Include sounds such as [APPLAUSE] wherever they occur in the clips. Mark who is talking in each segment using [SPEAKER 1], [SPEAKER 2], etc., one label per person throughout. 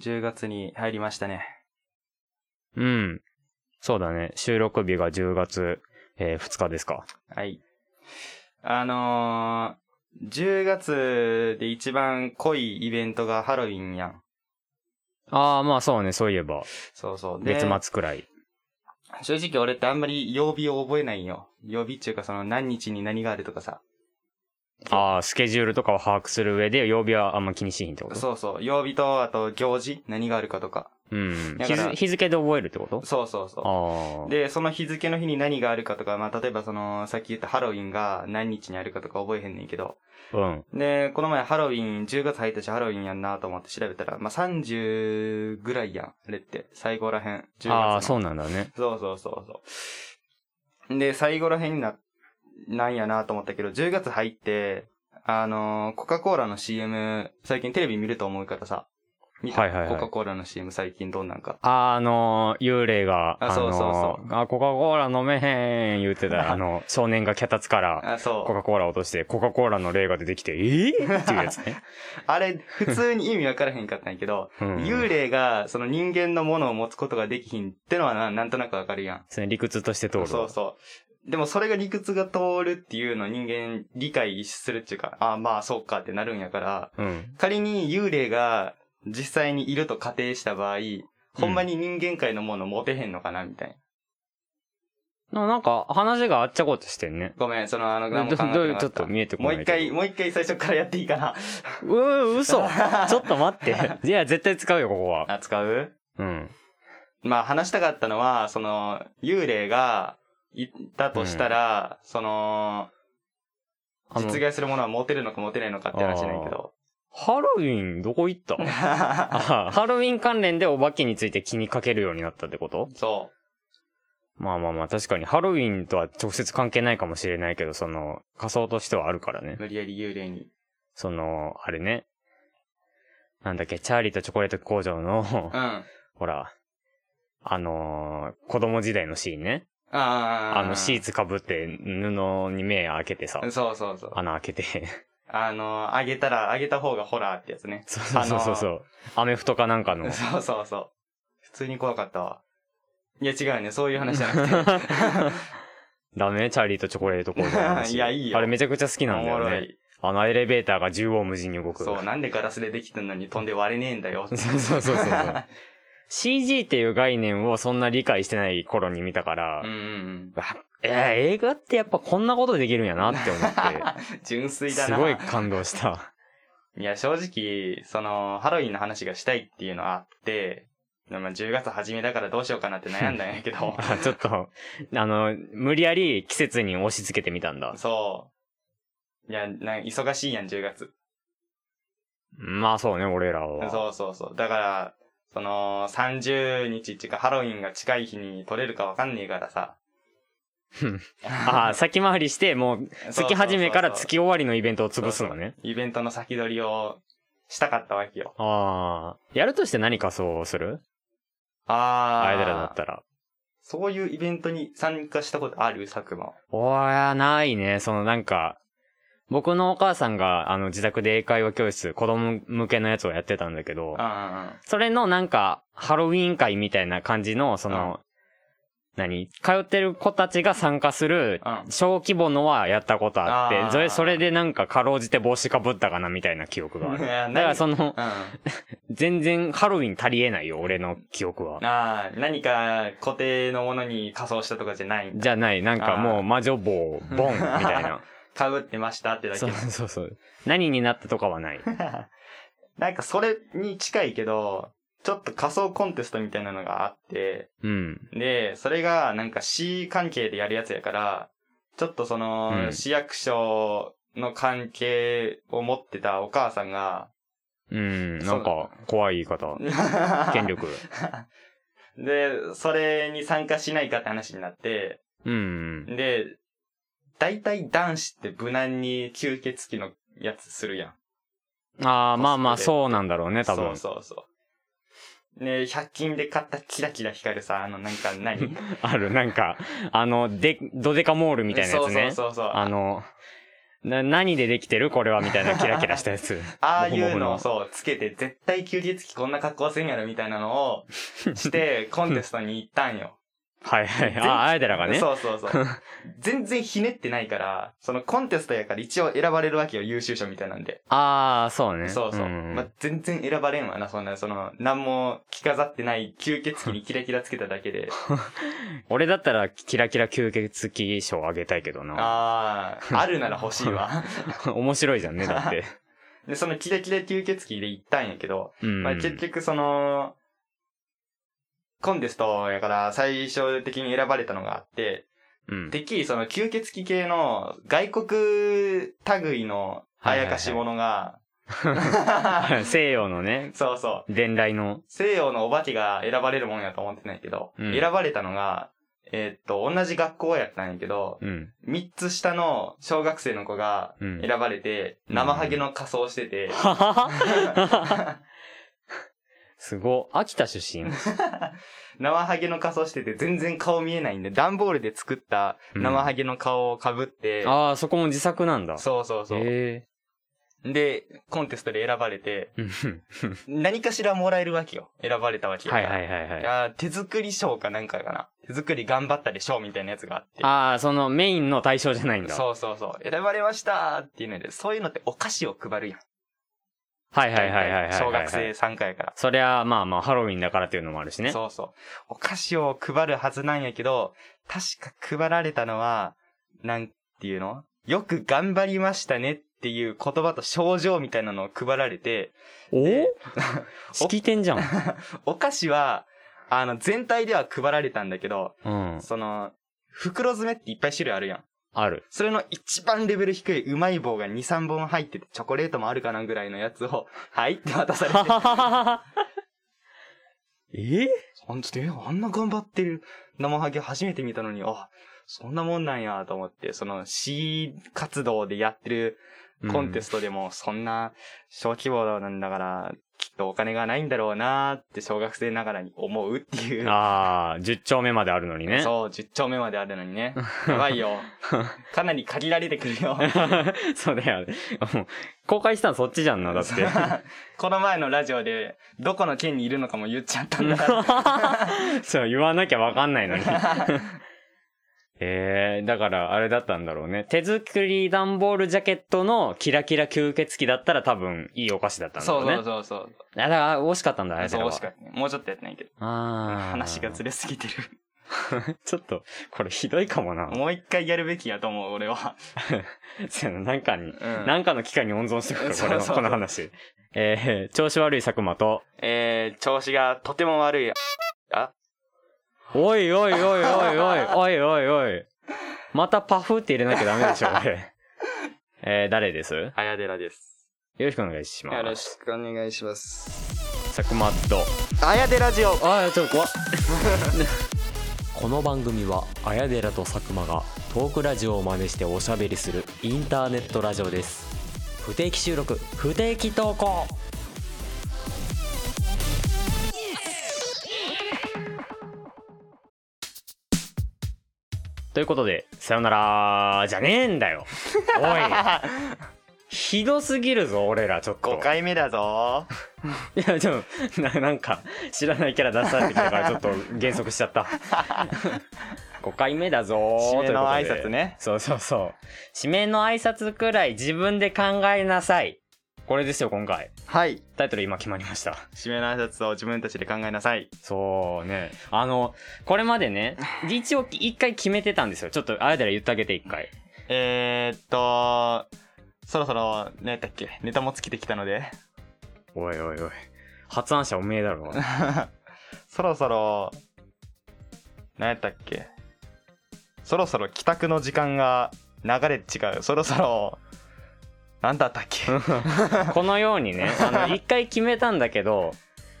[SPEAKER 1] 10月に入りましたね。
[SPEAKER 2] うん。そうだね。収録日が10月、えー2日ですか。
[SPEAKER 1] はい。あのー、10月で一番濃いイベントがハロウィンやん。
[SPEAKER 2] ああ、まあそうね。そういえば、
[SPEAKER 1] そうそう。で
[SPEAKER 2] 月末くらい。
[SPEAKER 1] 正直俺ってあんまり曜日を覚えないんよ。曜日っていうかその何日に何があるとかさ。
[SPEAKER 2] ああ、スケジュールとかを把握する上で、曜日はあんま気にしひんってこと
[SPEAKER 1] そうそう。曜日と、あと行事何があるかとか。
[SPEAKER 2] うん。
[SPEAKER 1] だ
[SPEAKER 2] 日
[SPEAKER 1] から
[SPEAKER 2] 付日付で覚えるってこと
[SPEAKER 1] そうそうそう。
[SPEAKER 2] ああ。
[SPEAKER 1] で、その日付の日に何があるかとか、まあ、例えばその、さっき言ったハロウィンが何日にあるかとか覚えへんねんけど。
[SPEAKER 2] うん。
[SPEAKER 1] で、この前ハロウィン、10月入ったしハロウィンやんなと思って調べたら、まあ、30ぐらいやん。あれって、最後らへん。10月の
[SPEAKER 2] ああ、そうなんだね。
[SPEAKER 1] そうそうそうそう。で、最後らへんにな、なんやなと思ったけど、10月入って、あのーコカ・コーラの CM、最近テレビ見ると思うからさ。見た
[SPEAKER 2] はいはいはい
[SPEAKER 1] コカ・コーラの CM 最近どんなんか。
[SPEAKER 2] あーあのー、幽霊が、
[SPEAKER 1] あそうそうそう
[SPEAKER 2] あのーあ、コカ・コーラ飲めへん言ってた、あの、少年が脚立から、
[SPEAKER 1] あ、そう。
[SPEAKER 2] コカ・コーラ落として、コカ・コーラの霊が出てきて、えー、っていうやつね。
[SPEAKER 1] あれ、普通に意味わからへんかったんやけど、
[SPEAKER 2] うん
[SPEAKER 1] 幽霊が、その人間のものを持つことができひんってのはな、なんとなくわかるやん。
[SPEAKER 2] その理屈として通
[SPEAKER 1] そ
[SPEAKER 2] る。
[SPEAKER 1] うそう。でもそれが理屈が通るっていうのを人間理解するっていうか、ああまあそうかってなるんやから、
[SPEAKER 2] うん。
[SPEAKER 1] 仮に幽霊が実際にいると仮定した場合、ほんまに人間界のもの持てへんのかなみたいな。
[SPEAKER 2] ななんか、話があっちゃこっちゃしてんね。
[SPEAKER 1] ごめん、そのあの、
[SPEAKER 2] ど
[SPEAKER 1] 何も考えてな
[SPEAKER 2] どうい
[SPEAKER 1] かた
[SPEAKER 2] う、ちょっと見えてこ
[SPEAKER 1] も
[SPEAKER 2] な
[SPEAKER 1] う
[SPEAKER 2] い
[SPEAKER 1] 一
[SPEAKER 2] け
[SPEAKER 1] 回、
[SPEAKER 2] ど。
[SPEAKER 1] もう一回最初からやっていいかな。
[SPEAKER 2] う
[SPEAKER 1] [LAUGHS]
[SPEAKER 2] ー、嘘。ちょっと待って。いや、絶対使うよ、ここは。
[SPEAKER 1] あ、使う
[SPEAKER 2] うん。
[SPEAKER 1] まあ話したかったのは、その、幽霊がいたとしたら、その、
[SPEAKER 2] あの
[SPEAKER 1] 実現するものは持てるのか持てないのかって話なんやけど。
[SPEAKER 2] ハロウィン、どこ行
[SPEAKER 1] [LAUGHS]
[SPEAKER 2] ったあハロウィン関連でお化けについて気にかけるようになったってこと
[SPEAKER 1] そ
[SPEAKER 2] まあまあまあ、確かにハロウィンとは直接関係ないかもしれないけど、その、仮想としてはあるからね
[SPEAKER 1] う。。無理やり幽霊に。
[SPEAKER 2] その、あれね。なんだっけ、チャーリーとチョコレート工場の
[SPEAKER 1] う、ん。あ
[SPEAKER 2] ほら、あのー子供時代のシーンね。
[SPEAKER 1] あ
[SPEAKER 2] あの、シーツ被って布に目開けてさ、
[SPEAKER 1] そうそうそう。
[SPEAKER 2] 穴開けて。 [LAUGHS]
[SPEAKER 1] あの、あげたら、あげた方がホラーってやつね。
[SPEAKER 2] そうそうそうそうそう。アメフトかなんかの。
[SPEAKER 1] そうそうそう。普通に怖かったわ。いや違うね、そういう話じゃ
[SPEAKER 2] [LAUGHS]
[SPEAKER 1] なくて。
[SPEAKER 2] ダメチャーリーとチョコレート工場の話。
[SPEAKER 1] いやいいよ
[SPEAKER 2] あれめちゃくちゃ好きなんだ
[SPEAKER 1] おもろ
[SPEAKER 2] よね。
[SPEAKER 1] い。
[SPEAKER 2] あのエレベーターが縦横無尽に動く。
[SPEAKER 1] そう、なんでガラスでできてんのに飛んで割れねえんだよ。
[SPEAKER 2] [LAUGHS] そうそうそうそう CG っていう概念をそんな理解してない頃に見たから、
[SPEAKER 1] うんうんうん。
[SPEAKER 2] わいや映画ってやっぱこんなことできるんやなって思っ
[SPEAKER 1] [LAUGHS] 純
[SPEAKER 2] て、
[SPEAKER 1] 粋だ
[SPEAKER 2] す
[SPEAKER 1] な。
[SPEAKER 2] ごい感動した。
[SPEAKER 1] いや、正直、その、ハロウィンの話がしたいっていうのはあって、まあ、10月初めだからどうしようかなって悩んだんやけど、
[SPEAKER 2] あちょっと、あの、無理やり季節に押し付けてみたんだ。
[SPEAKER 1] そう。いや、な忙しいやん、10月。
[SPEAKER 2] まあそうね、俺らは。
[SPEAKER 1] そうそうそう。だから、その、30日っていうか、ハロウィンが近い日に撮れるかわかんねえからさ。
[SPEAKER 2] [LAUGHS] ああ、先回りして、もう、
[SPEAKER 1] [LAUGHS] そうそうそうそう
[SPEAKER 2] 月始めから月終わりのイベントを潰すのね。
[SPEAKER 1] イベントの先取りをしたかったわけよ。
[SPEAKER 2] ああ。やるとして何かそうする
[SPEAKER 1] あ
[SPEAKER 2] あれだらだったら。
[SPEAKER 1] そういうイベントに参加したことある佐久間。
[SPEAKER 2] おや、ないね。そのなんか、僕のお母さんが、あの、自宅で英会話教室、子供向けのやつをやってたんだけど、
[SPEAKER 1] あ
[SPEAKER 2] それのなんか、ハロウィン会みたいな感じの、その、何通ってる子たちが参加する
[SPEAKER 1] うん、
[SPEAKER 2] 小規模のはやったことあっ
[SPEAKER 1] あー
[SPEAKER 2] て、それ、それでなんか、かろうじて帽子かぶったかなみたいな記憶がある。
[SPEAKER 1] いや何
[SPEAKER 2] だからその、
[SPEAKER 1] うん。うん。
[SPEAKER 2] 全然ハロウィン足りえないよ、俺の記憶は。
[SPEAKER 1] ああ、何か固定のものに仮装したとかじゃないんだ。
[SPEAKER 2] じゃない、なんかもう魔女棒、ボン、みた
[SPEAKER 1] [LAUGHS]
[SPEAKER 2] いな。
[SPEAKER 1] かぶってましたってだけ
[SPEAKER 2] そ。うそうそう。何になったとかはない。
[SPEAKER 1] [LAUGHS] なんかそれに近いけど、ちょっと仮装コンテストみたいなのがあって、
[SPEAKER 2] うん。
[SPEAKER 1] で、それがなんか市関係でやるやつやから、ちょっとその、
[SPEAKER 2] うん
[SPEAKER 1] 市役所の関係を持ってたお母さんが、
[SPEAKER 2] うん、なんか、怖い
[SPEAKER 1] [LAUGHS]
[SPEAKER 2] 言い方。権力。
[SPEAKER 1] で、それに参加しないかって話になって、
[SPEAKER 2] うん。
[SPEAKER 1] で、大体男子って無難に吸血鬼のやつするやん。
[SPEAKER 2] ああ、
[SPEAKER 1] [LAUGHS]
[SPEAKER 2] まあま
[SPEAKER 1] コ
[SPEAKER 2] あ、
[SPEAKER 1] スプレ
[SPEAKER 2] そうなんだろうね、多分。
[SPEAKER 1] そうそうそう。ね百均で買ったキラキラ光るさ、あの、なんか何
[SPEAKER 2] ある、なんか、あの、で、ドデカモールみたいなや
[SPEAKER 1] そ
[SPEAKER 2] つね。
[SPEAKER 1] うそうそうそう。
[SPEAKER 2] あの、な、何でできてるこれはみたいなキラキラしたやつ。
[SPEAKER 1] [LAUGHS] ああいう
[SPEAKER 2] モフモ
[SPEAKER 1] のを
[SPEAKER 2] フ
[SPEAKER 1] そう、つけて、絶対休日期こんな格好せんやろみたいなの
[SPEAKER 2] [LAUGHS]
[SPEAKER 1] をして、コンテストに行ったんよ。
[SPEAKER 2] はいはい。あ、あえてらがね。
[SPEAKER 1] そうそうそう。全然ひねってないから、そのコンテストやから一応選ばれるわけよ、優秀賞みたいなんで。
[SPEAKER 2] ああ、そうね。
[SPEAKER 1] そうそう。
[SPEAKER 2] ん
[SPEAKER 1] まあ、全然選ばれんわな、そんな、その、何も着飾ってない吸血鬼にキラキラつけただけで。
[SPEAKER 2] 俺だったらキラキラ吸血鬼賞 [LAUGHS] あげたいけどな。
[SPEAKER 1] ああ、あるなら欲しいわ。
[SPEAKER 2] [LAUGHS] 面白いじゃんね、
[SPEAKER 1] [LAUGHS]
[SPEAKER 2] だって。
[SPEAKER 1] で、そのキラキラ吸血鬼で行ったんやけど、
[SPEAKER 2] うん。
[SPEAKER 1] まあ、結局その、コンテストやから最終的に選ばれたのがあって、
[SPEAKER 2] うん。
[SPEAKER 1] てっきりその吸血鬼系の外国類のあやかし者が、
[SPEAKER 2] 西洋のね、
[SPEAKER 1] [LAUGHS] そうそう。
[SPEAKER 2] 伝来の。
[SPEAKER 1] 西洋のお化けが選ばれるもんやと思ってないけど、
[SPEAKER 2] うん
[SPEAKER 1] 選ばれたのが、えーっと、同じ学校やったんやけど、
[SPEAKER 2] うん。
[SPEAKER 1] 3つ下の小学生の子が
[SPEAKER 2] うん。
[SPEAKER 1] 選ばれて、
[SPEAKER 2] うん
[SPEAKER 1] 生ハゲの仮装してて、
[SPEAKER 2] ははは [LAUGHS] すご。秋田出身。
[SPEAKER 1] 生ハゲの仮装してて全然顔見えないんで、段ボールで作った生ハゲの顔を被って、
[SPEAKER 2] ああ、そこも自作なんだ。
[SPEAKER 1] そうそうそう。
[SPEAKER 2] へ
[SPEAKER 1] で、コンテストで選ばれて、
[SPEAKER 2] え。うん
[SPEAKER 1] 何かしらもらえるわけよ。選ばれたわけや
[SPEAKER 2] は
[SPEAKER 1] から。
[SPEAKER 2] いはいはいはい。
[SPEAKER 1] あー手作り賞かなんかかな。手作り頑張ったで賞みたいなやつがあって。
[SPEAKER 2] ああ、そのメインの対象じゃないんだ。
[SPEAKER 1] そうそうそう。選ばれましたーっていうので、そういうのってお菓子を配るやん。
[SPEAKER 2] はいはいはいはいはいはい。
[SPEAKER 1] 小学生。参加やから。
[SPEAKER 2] そりゃ、まあまあ、ハロウィンだからっていうのもあるしね。
[SPEAKER 1] そうそう。お菓子を配るはずなんやけど、確か配られたのは、なんていうのよく頑張りましたねっていう言葉と症状みたいなのを配られて、
[SPEAKER 2] お
[SPEAKER 1] で [LAUGHS]
[SPEAKER 2] 式典じゃん。
[SPEAKER 1] お菓子は、あの、全体では配られたんだけど、
[SPEAKER 2] うん。
[SPEAKER 1] その、袋詰めっていっぱい種類あるやん。
[SPEAKER 2] ある。
[SPEAKER 1] それの一番レベル低いうまい棒が2、3本入ってて、チョコレートもあるかなぐらいのやつを、はいって渡されて。
[SPEAKER 2] え
[SPEAKER 1] ほんとで、あんな頑張ってる生ハゲ初めて見たのに、あ、そんなもんなんやと思って、その C 活動でやってるコンテ
[SPEAKER 2] ス
[SPEAKER 1] ストでも、そんな小規模なんだから、きっとお金がないんだろうなーって小学生ながらに思うっていう。
[SPEAKER 2] ああ、10丁目まであるのにね。
[SPEAKER 1] そう、10丁目まであるのにね。やばいよ。かなり限られてくる
[SPEAKER 2] [LAUGHS]
[SPEAKER 1] よ。
[SPEAKER 2] [LAUGHS] そうだよ。もう公開したのそっちじゃんな、だって。
[SPEAKER 1] [LAUGHS] この前のラジオで、どこの県にいるのかも言っちゃったんだ。
[SPEAKER 2] [LAUGHS] そう、言わなきゃわかんな
[SPEAKER 1] [LAUGHS]
[SPEAKER 2] いのに。ええだから、あれだったんだろうね。手作り段ボールジャケットのキラキラ吸血鬼だったら多分いいお菓子だったんだ
[SPEAKER 1] そ
[SPEAKER 2] ろう
[SPEAKER 1] う
[SPEAKER 2] ね。
[SPEAKER 1] そうそうそう。
[SPEAKER 2] あだから、惜しかったんだ、あれ
[SPEAKER 1] そう、惜しか
[SPEAKER 2] っ
[SPEAKER 1] ったね。もうちょっとやってないけど。
[SPEAKER 2] た。ああ。
[SPEAKER 1] 話がず
[SPEAKER 2] れ。
[SPEAKER 1] れすぎてる。
[SPEAKER 2] ちょっと、これひどいかもな。
[SPEAKER 1] もう一回やるべきやと思う、俺は。
[SPEAKER 2] そうやななんかに、
[SPEAKER 1] うん
[SPEAKER 2] なんかの機会に温存してくる、
[SPEAKER 1] [LAUGHS] そ
[SPEAKER 2] こ
[SPEAKER 1] うそ
[SPEAKER 2] れ
[SPEAKER 1] う
[SPEAKER 2] の、
[SPEAKER 1] そう
[SPEAKER 2] この話。えー、調子悪い佐久間と、
[SPEAKER 1] えー、調子がとても悪い。あ
[SPEAKER 2] おいおいおいおい
[SPEAKER 1] [LAUGHS]
[SPEAKER 2] おい、おいおいおい。またパフって入れなきゃダメでしょ、俺。えー、誰ですよ
[SPEAKER 1] やでらです。
[SPEAKER 2] ろしくお願いします。
[SPEAKER 1] よろしくお願いします。
[SPEAKER 2] 佐久間と、
[SPEAKER 1] あやでラジオ
[SPEAKER 2] あー、ちょっと怖っ。
[SPEAKER 3] この番組は綾寺と佐久間がトークラジオを真似しておしゃべりするインターネットラジオです不定期収録不定期投稿
[SPEAKER 2] ということで、さよならじゃねえんだよ。おい。
[SPEAKER 1] [LAUGHS]
[SPEAKER 2] ひどすぎるぞ、俺ら、ちょっ [LAUGHS] と。
[SPEAKER 1] !5 回目だぞ
[SPEAKER 2] いや、でも、ななんか、知らないキャラ出されてきたから、
[SPEAKER 1] [LAUGHS]
[SPEAKER 2] ちょっと減速しちゃった。5回目だぞー
[SPEAKER 1] 締めの
[SPEAKER 2] ということ
[SPEAKER 1] 挨
[SPEAKER 2] で
[SPEAKER 1] 拶ね
[SPEAKER 2] そうそうそう。締めの挨拶くらい自分で考えなさい。これですよ、今回。
[SPEAKER 1] はい。
[SPEAKER 2] タイトル今決まりました。
[SPEAKER 1] 締めの挨拶を自分たちで考えなさい。
[SPEAKER 2] そうね。あの、これま
[SPEAKER 1] [LAUGHS]
[SPEAKER 2] でね、一応一回決めてたんですよ。ちょっと、あやだら言ってあげて一回。
[SPEAKER 1] えー、っと、そろそろ、何やったっけネタも尽きてきたので。
[SPEAKER 2] おいおいおい。発案者おめえだろ。
[SPEAKER 1] そろそろ、何やったっけそろそろ帰宅の時間が流れ違う。そろそろ、何だったっけ
[SPEAKER 2] このよう
[SPEAKER 1] [LAUGHS]
[SPEAKER 2] にね、あの、一回決めたんだけど、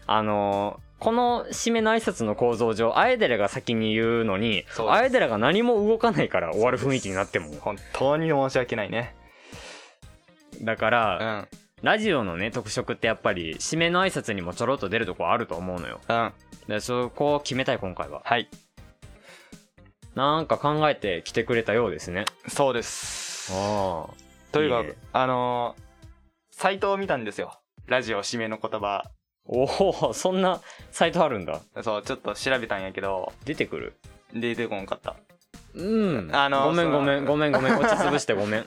[SPEAKER 2] あの、この締めの挨拶の構造上、アエデラが先に言うのに
[SPEAKER 1] そう、です
[SPEAKER 2] アエデラが何も動かないから終わる雰囲気になっても。
[SPEAKER 1] 本当に申し訳ないね。
[SPEAKER 2] だか
[SPEAKER 1] う
[SPEAKER 2] ら、
[SPEAKER 1] ん。
[SPEAKER 2] ラジオのね、特色ってやっぱり、締めの挨拶にもちょろっと出るとこあると思うのよ。
[SPEAKER 1] うん。
[SPEAKER 2] で、そこを決めたい今回は。
[SPEAKER 1] はい。
[SPEAKER 2] なんか考えてきてくれたようですね。
[SPEAKER 1] そうです。
[SPEAKER 2] ああ。
[SPEAKER 1] といえば、
[SPEAKER 2] いいね
[SPEAKER 1] あのーサイトを見たんですよ。ラジオ締めの言葉。
[SPEAKER 2] おお、そんなサイトあるんだ。
[SPEAKER 1] そう、ちょっと調べたんやけど、
[SPEAKER 2] 出てくる。
[SPEAKER 1] 出てこんか
[SPEAKER 2] [LAUGHS]
[SPEAKER 1] った。
[SPEAKER 2] うん。
[SPEAKER 1] あの
[SPEAKER 2] ごめん
[SPEAKER 1] その
[SPEAKER 2] ごめんごめんごめん。落ち潰してごめ
[SPEAKER 1] [LAUGHS]
[SPEAKER 2] ん。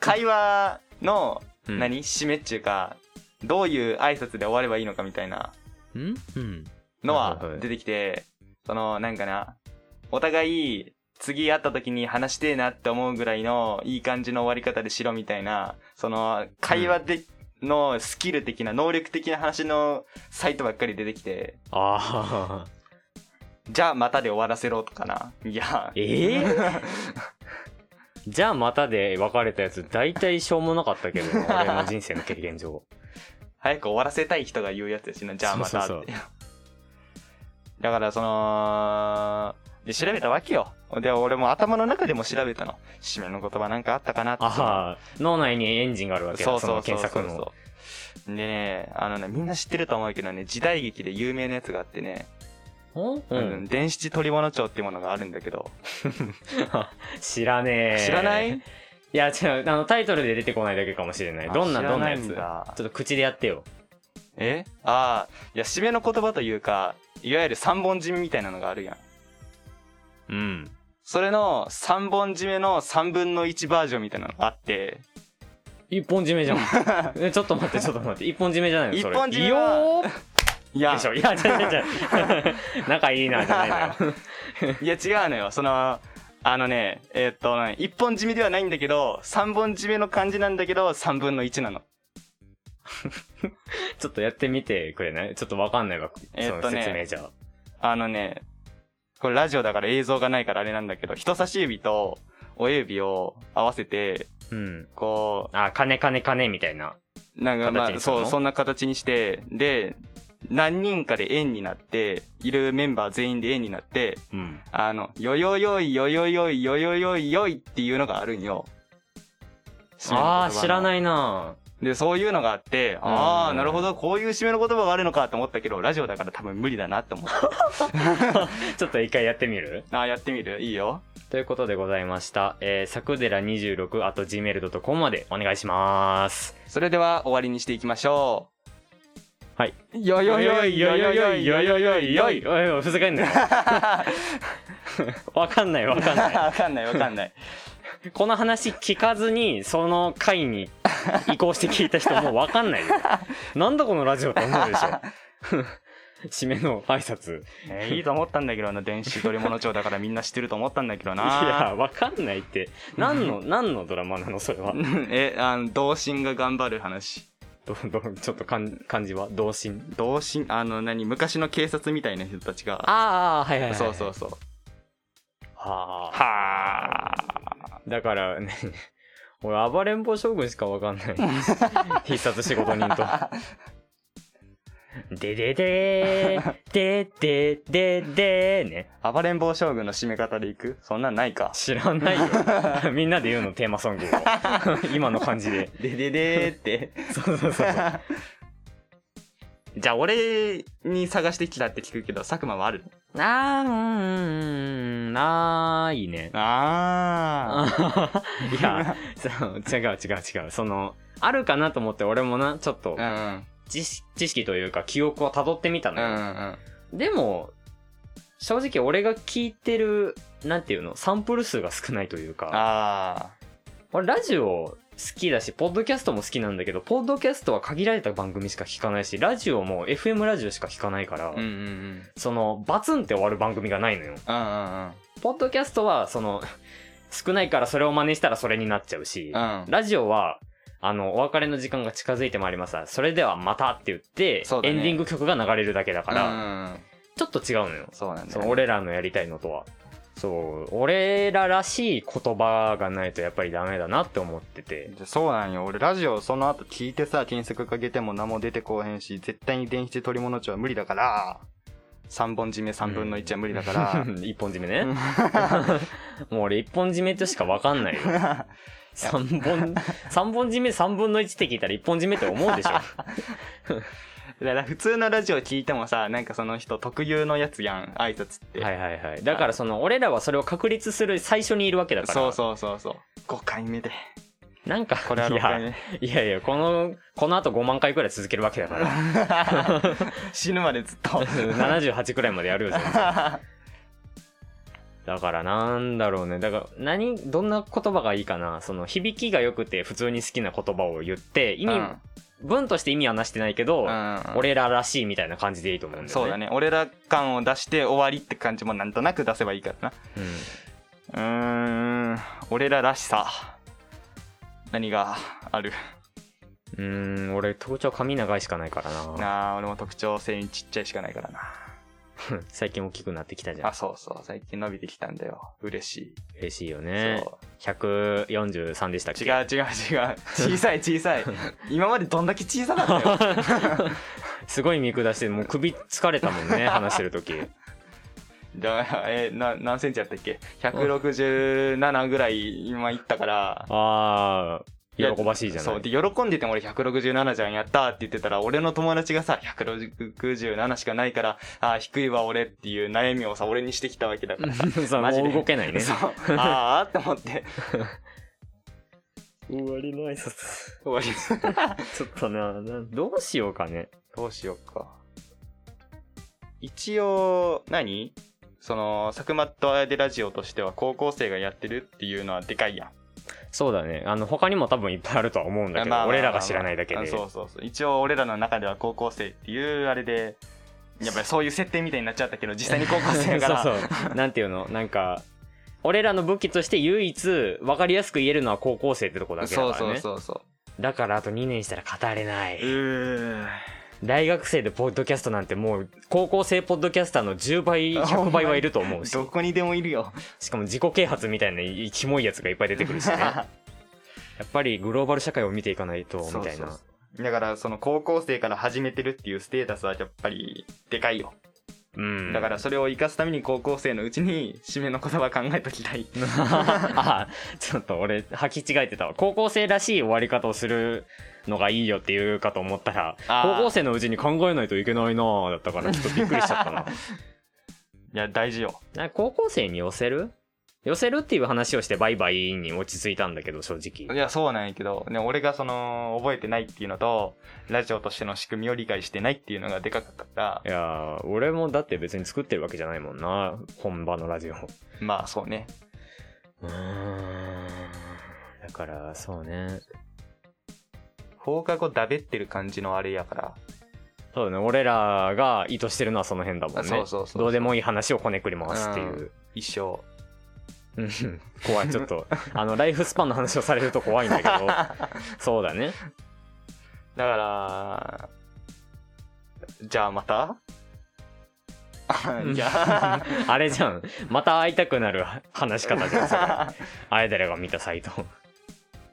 [SPEAKER 1] 会話の、
[SPEAKER 2] うん
[SPEAKER 1] 何締めっちゅうか、どういう挨拶で終わればいいのかみたいな
[SPEAKER 3] うんうん。
[SPEAKER 1] の
[SPEAKER 2] はいはいは
[SPEAKER 1] はい出てきて、その、なんかな、お互い、次会った時に話してえなって思うぐらいのいい感じの終わり方でしろみたいな、その、会話で、のスキル的な、能力的な話のサイトばっかり出てきて、
[SPEAKER 2] ああ。
[SPEAKER 1] じゃあまたで終わらせろとかな。いや、
[SPEAKER 2] ええじゃあまたで別れたやつ、大体しょうもなかったけ
[SPEAKER 1] [LAUGHS]
[SPEAKER 2] ど、俺の人生の経験上。
[SPEAKER 1] [LAUGHS] 早く終わらせたい人が言うやつやしな、じゃあまたって。
[SPEAKER 2] そうそう
[SPEAKER 1] だから、その、で調べたわけよ。で、俺も頭の中でも調べたの。締めの言葉なんかあったかなって。
[SPEAKER 2] ああ、脳内にエンジンがあるわけだ
[SPEAKER 1] そう
[SPEAKER 2] そ
[SPEAKER 1] そ
[SPEAKER 2] の
[SPEAKER 1] うそう
[SPEAKER 2] 検
[SPEAKER 1] そ
[SPEAKER 2] 索
[SPEAKER 1] う
[SPEAKER 2] の。
[SPEAKER 1] そう。でね、あのね、みんな知ってると思うけどね、時代劇で有名なやつがあってね、
[SPEAKER 2] う
[SPEAKER 1] あの
[SPEAKER 2] ん、
[SPEAKER 1] 電子鳥物町っていうものがあるんだけど、
[SPEAKER 2] 知らねえ。
[SPEAKER 1] 知らないい
[SPEAKER 2] や、違う、あの、タイトルで出てこないだけかもしれない。どんな、
[SPEAKER 1] あ知
[SPEAKER 2] ど
[SPEAKER 1] ら
[SPEAKER 2] んなや
[SPEAKER 1] い
[SPEAKER 2] つ
[SPEAKER 1] ん
[SPEAKER 2] ちょっ
[SPEAKER 1] だ
[SPEAKER 2] と口でやってよ。
[SPEAKER 1] えああ、いや、締めの言葉というか、いわゆる三本締めみたいなのがあるやん。
[SPEAKER 2] うん。
[SPEAKER 1] それの三本締めの三分の一バージョンみたいなのがあって、
[SPEAKER 2] 一本締め
[SPEAKER 1] [LAUGHS]
[SPEAKER 2] じゃん。えちょっと待って、ちょっと待って。一本締めじゃないの
[SPEAKER 1] 一
[SPEAKER 2] それ。
[SPEAKER 1] 本締め
[SPEAKER 2] よ
[SPEAKER 1] は
[SPEAKER 2] ー
[SPEAKER 1] いや
[SPEAKER 2] でしょ。いや、違う違う [LAUGHS] 違う。仲いいな、じゃないの
[SPEAKER 1] [LAUGHS]
[SPEAKER 2] よ。
[SPEAKER 1] いや違うのよそのあのねえーっとね一本締めではないんだけど三本締めの感じなんだけど三分の一なの
[SPEAKER 2] ちょっとやってみてくれないちょっとわかんないわ。
[SPEAKER 1] え
[SPEAKER 2] そ
[SPEAKER 1] っ
[SPEAKER 2] の
[SPEAKER 1] とね
[SPEAKER 2] 説明じゃ。
[SPEAKER 1] あのねこれラジオだから映像がないからあれなんだけど人差し指と親指を合わせて
[SPEAKER 2] うん。
[SPEAKER 1] こ
[SPEAKER 2] あ、金金金みたいな。
[SPEAKER 1] うなんかま
[SPEAKER 2] 形に
[SPEAKER 1] あ
[SPEAKER 2] するの
[SPEAKER 1] そうそんな形にしてで何人かで円になっているメンバー全員で円になって
[SPEAKER 2] うん。
[SPEAKER 1] あのよよよいよよよいよよよいよいっていうのがあるんよ
[SPEAKER 2] ああ、知ら
[SPEAKER 1] い
[SPEAKER 2] ないな
[SPEAKER 1] で、そういうのがあって、あ
[SPEAKER 2] う
[SPEAKER 1] あ、
[SPEAKER 2] ん
[SPEAKER 1] なるほど、こういう締めの言葉があるのかと思ったけど、ラジオだから多分無理だなって思った。
[SPEAKER 2] ちょっと一回やってみる
[SPEAKER 1] ああ、やってみるいいよ。
[SPEAKER 2] ということでございました。えー、さくでら26、あと gmail.com までお願いします。
[SPEAKER 1] それでは終わりにしていきましょう。
[SPEAKER 2] はい。
[SPEAKER 1] よよよいよよよいよよよいよい。
[SPEAKER 2] おいおい、ふざけんなよ。わかんないわかんない。
[SPEAKER 1] わかんないわかんない。
[SPEAKER 2] この話聞かずに、その回に移行して聞いた人もうわかんないよ。なんだこのラジオって思うでしょ。締めの挨拶。
[SPEAKER 1] [LAUGHS] えーいいと思ったんだけどな、電子取り物帳だからみんな知ってると思ったんだけど
[SPEAKER 2] いや、
[SPEAKER 1] な。
[SPEAKER 2] わかんないって。何の、何のドラマなのそれは。
[SPEAKER 1] [LAUGHS] え、あの、童心が頑張る話。
[SPEAKER 2] どどちょっとかん漢字は同心。
[SPEAKER 1] 童心、あの、何、昔の警察みたいな人たちが。
[SPEAKER 2] ああ、はいはい、はい。
[SPEAKER 1] そうそうそう。
[SPEAKER 2] はあ。
[SPEAKER 1] はあ。
[SPEAKER 2] だからね、俺、暴れん坊将軍しかわかんない。必殺仕事人と。でででー、ででででーね。
[SPEAKER 1] 暴れん坊将軍の締め方でいくそんなんないか。
[SPEAKER 2] 知らないよ。みんなで言うの、テーマソングを。今の感じで。
[SPEAKER 1] でででーって。 [LAUGHS]
[SPEAKER 2] そうそうそうそう。
[SPEAKER 1] じゃあ俺に探してきたって聞くけど、佐久間はある
[SPEAKER 2] あー、うーん、あー、いいね。
[SPEAKER 1] あ
[SPEAKER 2] [LAUGHS] いや、そう違う違う違う。その、あるかなと思って、俺もな、ちょっと
[SPEAKER 1] う、ん
[SPEAKER 2] 知識知識というか、記憶を辿ってみた
[SPEAKER 1] う
[SPEAKER 2] のよ。
[SPEAKER 1] ん
[SPEAKER 2] でも、正直俺が聞いてる、なんていうの、サンプル数が少ないというか、
[SPEAKER 1] あ
[SPEAKER 2] 俺ラジオ好きだし、ポッドキャストも好きなんだけど、ポッドキャストは限られた番組しか聞かないし、ラジオも FM ラジオしか聞かないから、
[SPEAKER 1] あうんうんうん
[SPEAKER 2] その、バツンって終わる番組がないのよ。
[SPEAKER 1] うんうん
[SPEAKER 2] ポッドキャストは、その、少ないからそれを真似したらそれになっちゃうし、
[SPEAKER 1] うん
[SPEAKER 2] ラジオは、あの、お別れの時間が近づいてまいりますそれではまたって言って、
[SPEAKER 1] そうだ
[SPEAKER 2] エ
[SPEAKER 1] ね
[SPEAKER 2] ンディング曲が流れるだけだから、
[SPEAKER 1] ら
[SPEAKER 2] ちょっと違うのよ。
[SPEAKER 1] そうなんだ
[SPEAKER 2] そ
[SPEAKER 1] よ
[SPEAKER 2] う
[SPEAKER 1] ね
[SPEAKER 2] 俺らのやりたいのとは。そう、俺ららしい言葉がないとやっぱりダメだなって思ってて。
[SPEAKER 1] でそうなんよ俺ラジオその後聞いてさ検索かけても何も出てこうへんし絶対に電子取り物帳は無理だから3本締め3分の1は無理だ
[SPEAKER 2] [LAUGHS]
[SPEAKER 1] から、
[SPEAKER 2] 一本締めね。もう俺一本締めとしかわ
[SPEAKER 1] [LAUGHS]
[SPEAKER 2] かんないよ。三本、三本締め三分の一って聞いたら一本締めって思
[SPEAKER 1] [LAUGHS]
[SPEAKER 2] うでしょ。
[SPEAKER 1] だから普通のラジオ聞いてもさなんかその人特有のやつやん挨拶って、
[SPEAKER 2] はいはいはい。だからその俺らはそれを確立する最初にいるわけだから。
[SPEAKER 1] そうそうそうそう5回目で
[SPEAKER 2] なんか、
[SPEAKER 1] これはい6回
[SPEAKER 2] や、
[SPEAKER 1] 目。
[SPEAKER 2] いやいや、この、この後5万回くらい続けるわけだから。
[SPEAKER 1] [LAUGHS] 死ぬまでずっ
[SPEAKER 2] [LAUGHS]
[SPEAKER 1] と。
[SPEAKER 2] 78くらいまでやるよ、全然
[SPEAKER 1] [LAUGHS]
[SPEAKER 2] だからなんだろうね。だから、何、どんな言葉がいいかな。その、響きが良くて普通に好きな言葉を言って、意味、文として意味はなしてないけど、
[SPEAKER 1] うん、
[SPEAKER 2] 俺ららしいみたいな感じでいいと思うんだよね。
[SPEAKER 1] そうだね俺ら感を出して終わりって感じもなんとなく出せばいいから
[SPEAKER 2] うん。
[SPEAKER 1] なうーん俺ららしさ何がある
[SPEAKER 2] うーん、俺、特徴髪長いしかないからな。
[SPEAKER 1] なあ俺も特徴性にちっちゃいしかないからな
[SPEAKER 2] 最近大きくなってきたじゃん
[SPEAKER 1] あ。そうそう最近伸びてきたんだよ嬉しい、
[SPEAKER 2] 嬉しいよね。
[SPEAKER 1] そ
[SPEAKER 2] 143でしたっ
[SPEAKER 1] う
[SPEAKER 2] け
[SPEAKER 1] 違う
[SPEAKER 2] [LAUGHS]
[SPEAKER 1] 違う違う小さい小さい今までどんだけ小さかったよ
[SPEAKER 2] すごい見下して、もう首疲れたも
[SPEAKER 1] [LAUGHS]
[SPEAKER 2] んね、話してる時。
[SPEAKER 1] だえな何センチやったっけ167ぐらい今いったから
[SPEAKER 2] あー、喜ばしいじゃな [LAUGHS]
[SPEAKER 1] そう
[SPEAKER 2] い。
[SPEAKER 1] で喜んでても俺167じゃんやったーって言ってたら俺の友達がさ167しかないからあー低いわ俺っていう悩みをさ俺にしてきたわけだからさ
[SPEAKER 2] そう
[SPEAKER 1] マジで
[SPEAKER 2] もう動けないね。
[SPEAKER 1] そう [LAUGHS] ああって思って
[SPEAKER 2] 終わりの挨拶。
[SPEAKER 1] 終わり
[SPEAKER 2] ちょっとな、などうしようかね。
[SPEAKER 1] どうしようか一応何その佐久間とあやでラジオとしては高校生がやってるっていうのはでかいやん
[SPEAKER 2] そうだね。あの、他にも多分いっぱいあるとは思うんだけど、
[SPEAKER 1] まあまあまあまあ
[SPEAKER 2] 俺らが知らないだけ
[SPEAKER 1] あ
[SPEAKER 2] で。
[SPEAKER 1] そうそうそう一応俺らの中では高校生っていうあれでやっぱりそういう設定みたいになっちゃったけど実際に高
[SPEAKER 2] [LAUGHS]
[SPEAKER 1] 校生だから
[SPEAKER 2] そうそう。なんていうのなんか、俺らの武器として唯一分かりやすく言えるのは高校生ってとこだけだから
[SPEAKER 1] そ
[SPEAKER 2] ね
[SPEAKER 1] う。そうそうそう。
[SPEAKER 2] だからあと2年したら語れないう
[SPEAKER 1] ーん
[SPEAKER 2] 大学生でポッドキャストなんてもう高校生ポッドキャスターの10倍、100倍
[SPEAKER 1] [LAUGHS]
[SPEAKER 2] はいると思うし。
[SPEAKER 1] どこにでもいるよ。
[SPEAKER 2] しかも自己啓発みたいないキモいやつがいっぱい出てくる
[SPEAKER 1] [LAUGHS]
[SPEAKER 2] しね。やっぱりグローバル社会を見ていかないと、みたいな。
[SPEAKER 1] だから、その高校生から始めてるっていうステータスはやっぱりでかいよ。
[SPEAKER 2] うん。
[SPEAKER 1] だから、それを活かすために高校生のうちに締めの言葉考えときたい。
[SPEAKER 2] あちょっと俺履き違えてたわ高校生らしい終わり方をするのがいいよって言うかと思ったら
[SPEAKER 1] あー
[SPEAKER 2] 高校生のうちに考えないといけないなぁだったからちょっとびっくりしちゃったな
[SPEAKER 1] いや、大事よ。
[SPEAKER 2] [LAUGHS] な高校生に寄せる寄せるっていう話をしてバイバイに落ち着いたんだけど正
[SPEAKER 1] い
[SPEAKER 2] 直
[SPEAKER 1] や、そうなんやけど、ね、俺がその、覚えてないっていうのと、ラジオとしての仕組みを理解してないっていうのがでかかったから
[SPEAKER 2] い、やー俺もだって別に作ってるわけじゃないもんな本場のラジオ
[SPEAKER 1] まあ、そうね。
[SPEAKER 2] うーんだからそうね
[SPEAKER 1] 放課後だべってる感じのあれやから。
[SPEAKER 2] そうだね俺らが意図してるのはその辺だもんね
[SPEAKER 1] そうそうそう
[SPEAKER 2] どうでもいい話をこねくり回すっていう、
[SPEAKER 1] うん一生。
[SPEAKER 2] うん [LAUGHS] 怖いちょっとあのライフスパンの話をされると怖いんだけ
[SPEAKER 1] [LAUGHS]
[SPEAKER 2] どそうだね
[SPEAKER 1] だから、じゃあまたいや、
[SPEAKER 2] [LAUGHS] あれじゃんまた会いたくなる話し方じゃんそれあえだれが見たサイト
[SPEAKER 1] [LAUGHS]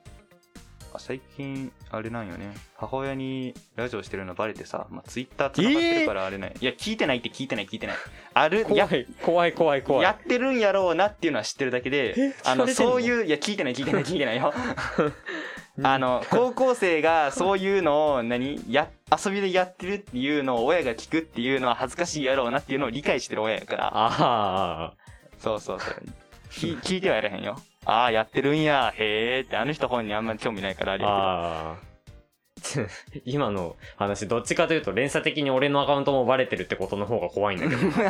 [SPEAKER 1] 最近、あれなんよね。母親にラジオしてるのバレてさ、まあ、ツイッター繋がってるからあれない。いや、聞いてないって聞いてない聞いてない。ある、
[SPEAKER 2] 怖
[SPEAKER 1] や、
[SPEAKER 2] い怖い怖い怖い
[SPEAKER 1] やってるんやろうなっていうのは知ってるだけで
[SPEAKER 2] え、
[SPEAKER 1] あの、
[SPEAKER 2] 聞かれてんの
[SPEAKER 1] そういう、いや、聞いてない聞いてない聞いてない [LAUGHS] よ。あの、高校生がそういうのを、何や、遊びでやってるっていうのを親が聞くっていうのは恥ずかしいやろうなっていうのを理解してる親やから。
[SPEAKER 2] あ
[SPEAKER 1] そうそうそう。聞 [LAUGHS] 聞いてはやらへんよ。ああ、やってるんや、へえって、あの人本にあんまり興味ないからあ
[SPEAKER 2] ー [LAUGHS]
[SPEAKER 1] れや
[SPEAKER 2] あー今の話どっちかというと連鎖的に俺のアカウントもバレてるってことの方が怖いんだけど
[SPEAKER 1] けど。い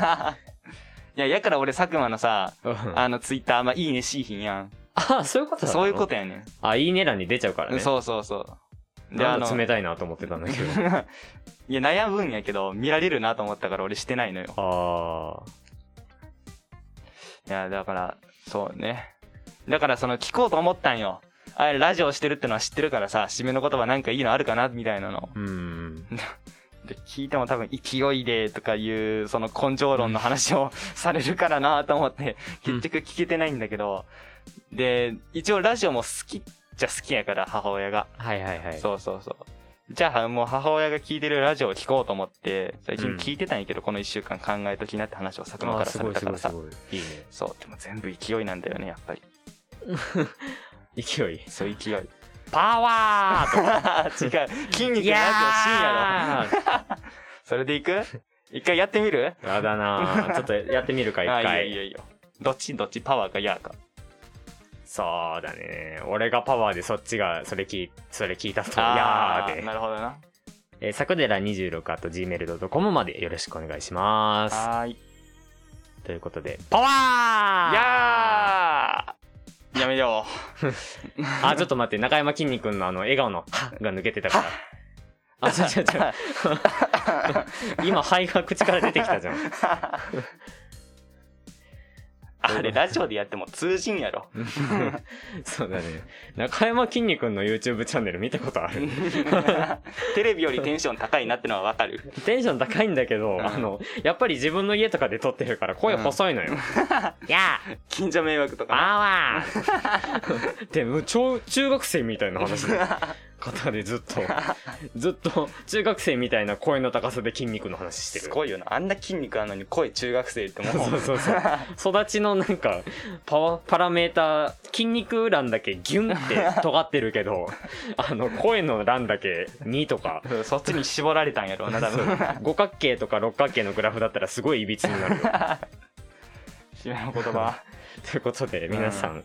[SPEAKER 1] や、やから俺、佐久間のさ、
[SPEAKER 2] あ
[SPEAKER 1] [LAUGHS] あの、ツイッター、あんまいいねしいひんやん。
[SPEAKER 2] あそういうことなの
[SPEAKER 1] そういうことやね
[SPEAKER 2] あいいね欄に出ちゃうから
[SPEAKER 1] ん。
[SPEAKER 2] ね
[SPEAKER 1] そうそうそう。で、
[SPEAKER 2] な
[SPEAKER 1] あ
[SPEAKER 2] ん
[SPEAKER 1] の
[SPEAKER 2] か、冷たいなと思ってたんだけ
[SPEAKER 1] [LAUGHS]
[SPEAKER 2] ど
[SPEAKER 1] いや、悩むんやけど、見られるなと思ったから俺してないのよ。
[SPEAKER 2] あ
[SPEAKER 1] いや、だから、そうね。だから、その、聞こうと思ったんよ。あれ、ラジオしてるってのは知ってるからさ、締めの言葉なんかいいのあるかなみたいなの。
[SPEAKER 2] あうん
[SPEAKER 1] [LAUGHS] で聞いても多分勢いでとかいうその根性論の話をされるからなと思って結局聞けてないんだけど、で一応ラジオも好きっちゃ好きやから母親が、
[SPEAKER 2] はいはいはい
[SPEAKER 1] そうそうそうじゃあもう母親が聞いてるラジオを聞こうと思って最近
[SPEAKER 2] うん
[SPEAKER 1] 聞いてたんやけど、この1週間考えときなって話を佐久間
[SPEAKER 2] あ
[SPEAKER 1] か
[SPEAKER 2] あ
[SPEAKER 1] ら
[SPEAKER 2] す
[SPEAKER 1] さ
[SPEAKER 2] ご
[SPEAKER 1] れ
[SPEAKER 2] い
[SPEAKER 1] た
[SPEAKER 2] す
[SPEAKER 1] か
[SPEAKER 2] ご
[SPEAKER 1] ら
[SPEAKER 2] いす
[SPEAKER 1] さ
[SPEAKER 2] ごいいいね
[SPEAKER 1] そうでも全部勢いなんだよねやっぱり
[SPEAKER 2] 勢い
[SPEAKER 1] そう勢い違
[SPEAKER 2] [LAUGHS]
[SPEAKER 1] う
[SPEAKER 2] パワー [LAUGHS]
[SPEAKER 1] 筋肉のラジオ深
[SPEAKER 2] と
[SPEAKER 1] 夜だろそれでいく一回やってみる
[SPEAKER 2] やだなぁちょっとやってみるか一
[SPEAKER 1] あいいよ
[SPEAKER 2] 回
[SPEAKER 1] いいよいいよどっちどっちパワーかヤーか
[SPEAKER 2] そうだね。俺がパワーでそっちが、それ聞い、それ聞いたと。や
[SPEAKER 1] あ
[SPEAKER 2] ーで。
[SPEAKER 1] なるほどな。
[SPEAKER 2] えー、さくでら26 at gmail.com までよろしくお願いします。
[SPEAKER 1] はーい。
[SPEAKER 2] ということで、パワー
[SPEAKER 1] やーやめよ
[SPEAKER 2] あ、ちょっと待って、中山きんに君のあの、笑顔の、はが抜けてた [LAUGHS] から。あ、違う違う違う。今、肺が口から出てきたじゃん。
[SPEAKER 1] う。あれ、ラジオでやっても通じんやろ。
[SPEAKER 2] [LAUGHS] そうだね。中山きんに君の YouTube チャンネル見たことあ
[SPEAKER 1] [LAUGHS]
[SPEAKER 2] る。
[SPEAKER 1] テレビよりテンション高いなってのはわかる。
[SPEAKER 2] テンション高いんだけど、
[SPEAKER 1] ん
[SPEAKER 2] あの、やっぱり自分の家とかで撮ってるから声細
[SPEAKER 1] [LAUGHS]
[SPEAKER 2] いのよ。やあ
[SPEAKER 1] 近所迷惑とか
[SPEAKER 2] パワーって、もう超中学生みたいな話の方でず
[SPEAKER 1] [LAUGHS]
[SPEAKER 2] っと、ずっと中学生みたいな声の高さで筋肉の話してる。
[SPEAKER 1] すごいよな。あんな筋肉あんのに声中学生っても
[SPEAKER 2] そううそうそう。育ちのなんか、パワー、パラメーター、筋肉欄だけギュンって尖ってるけど、あの、声の欄だけ2とか、
[SPEAKER 1] うん [LAUGHS] そっちに絞られたんやろうな、多分。
[SPEAKER 2] 五角形とか六角形のグラフだったらすごいいびつになる [LAUGHS] よ。
[SPEAKER 1] 締めの言葉。
[SPEAKER 2] ということで、皆さん、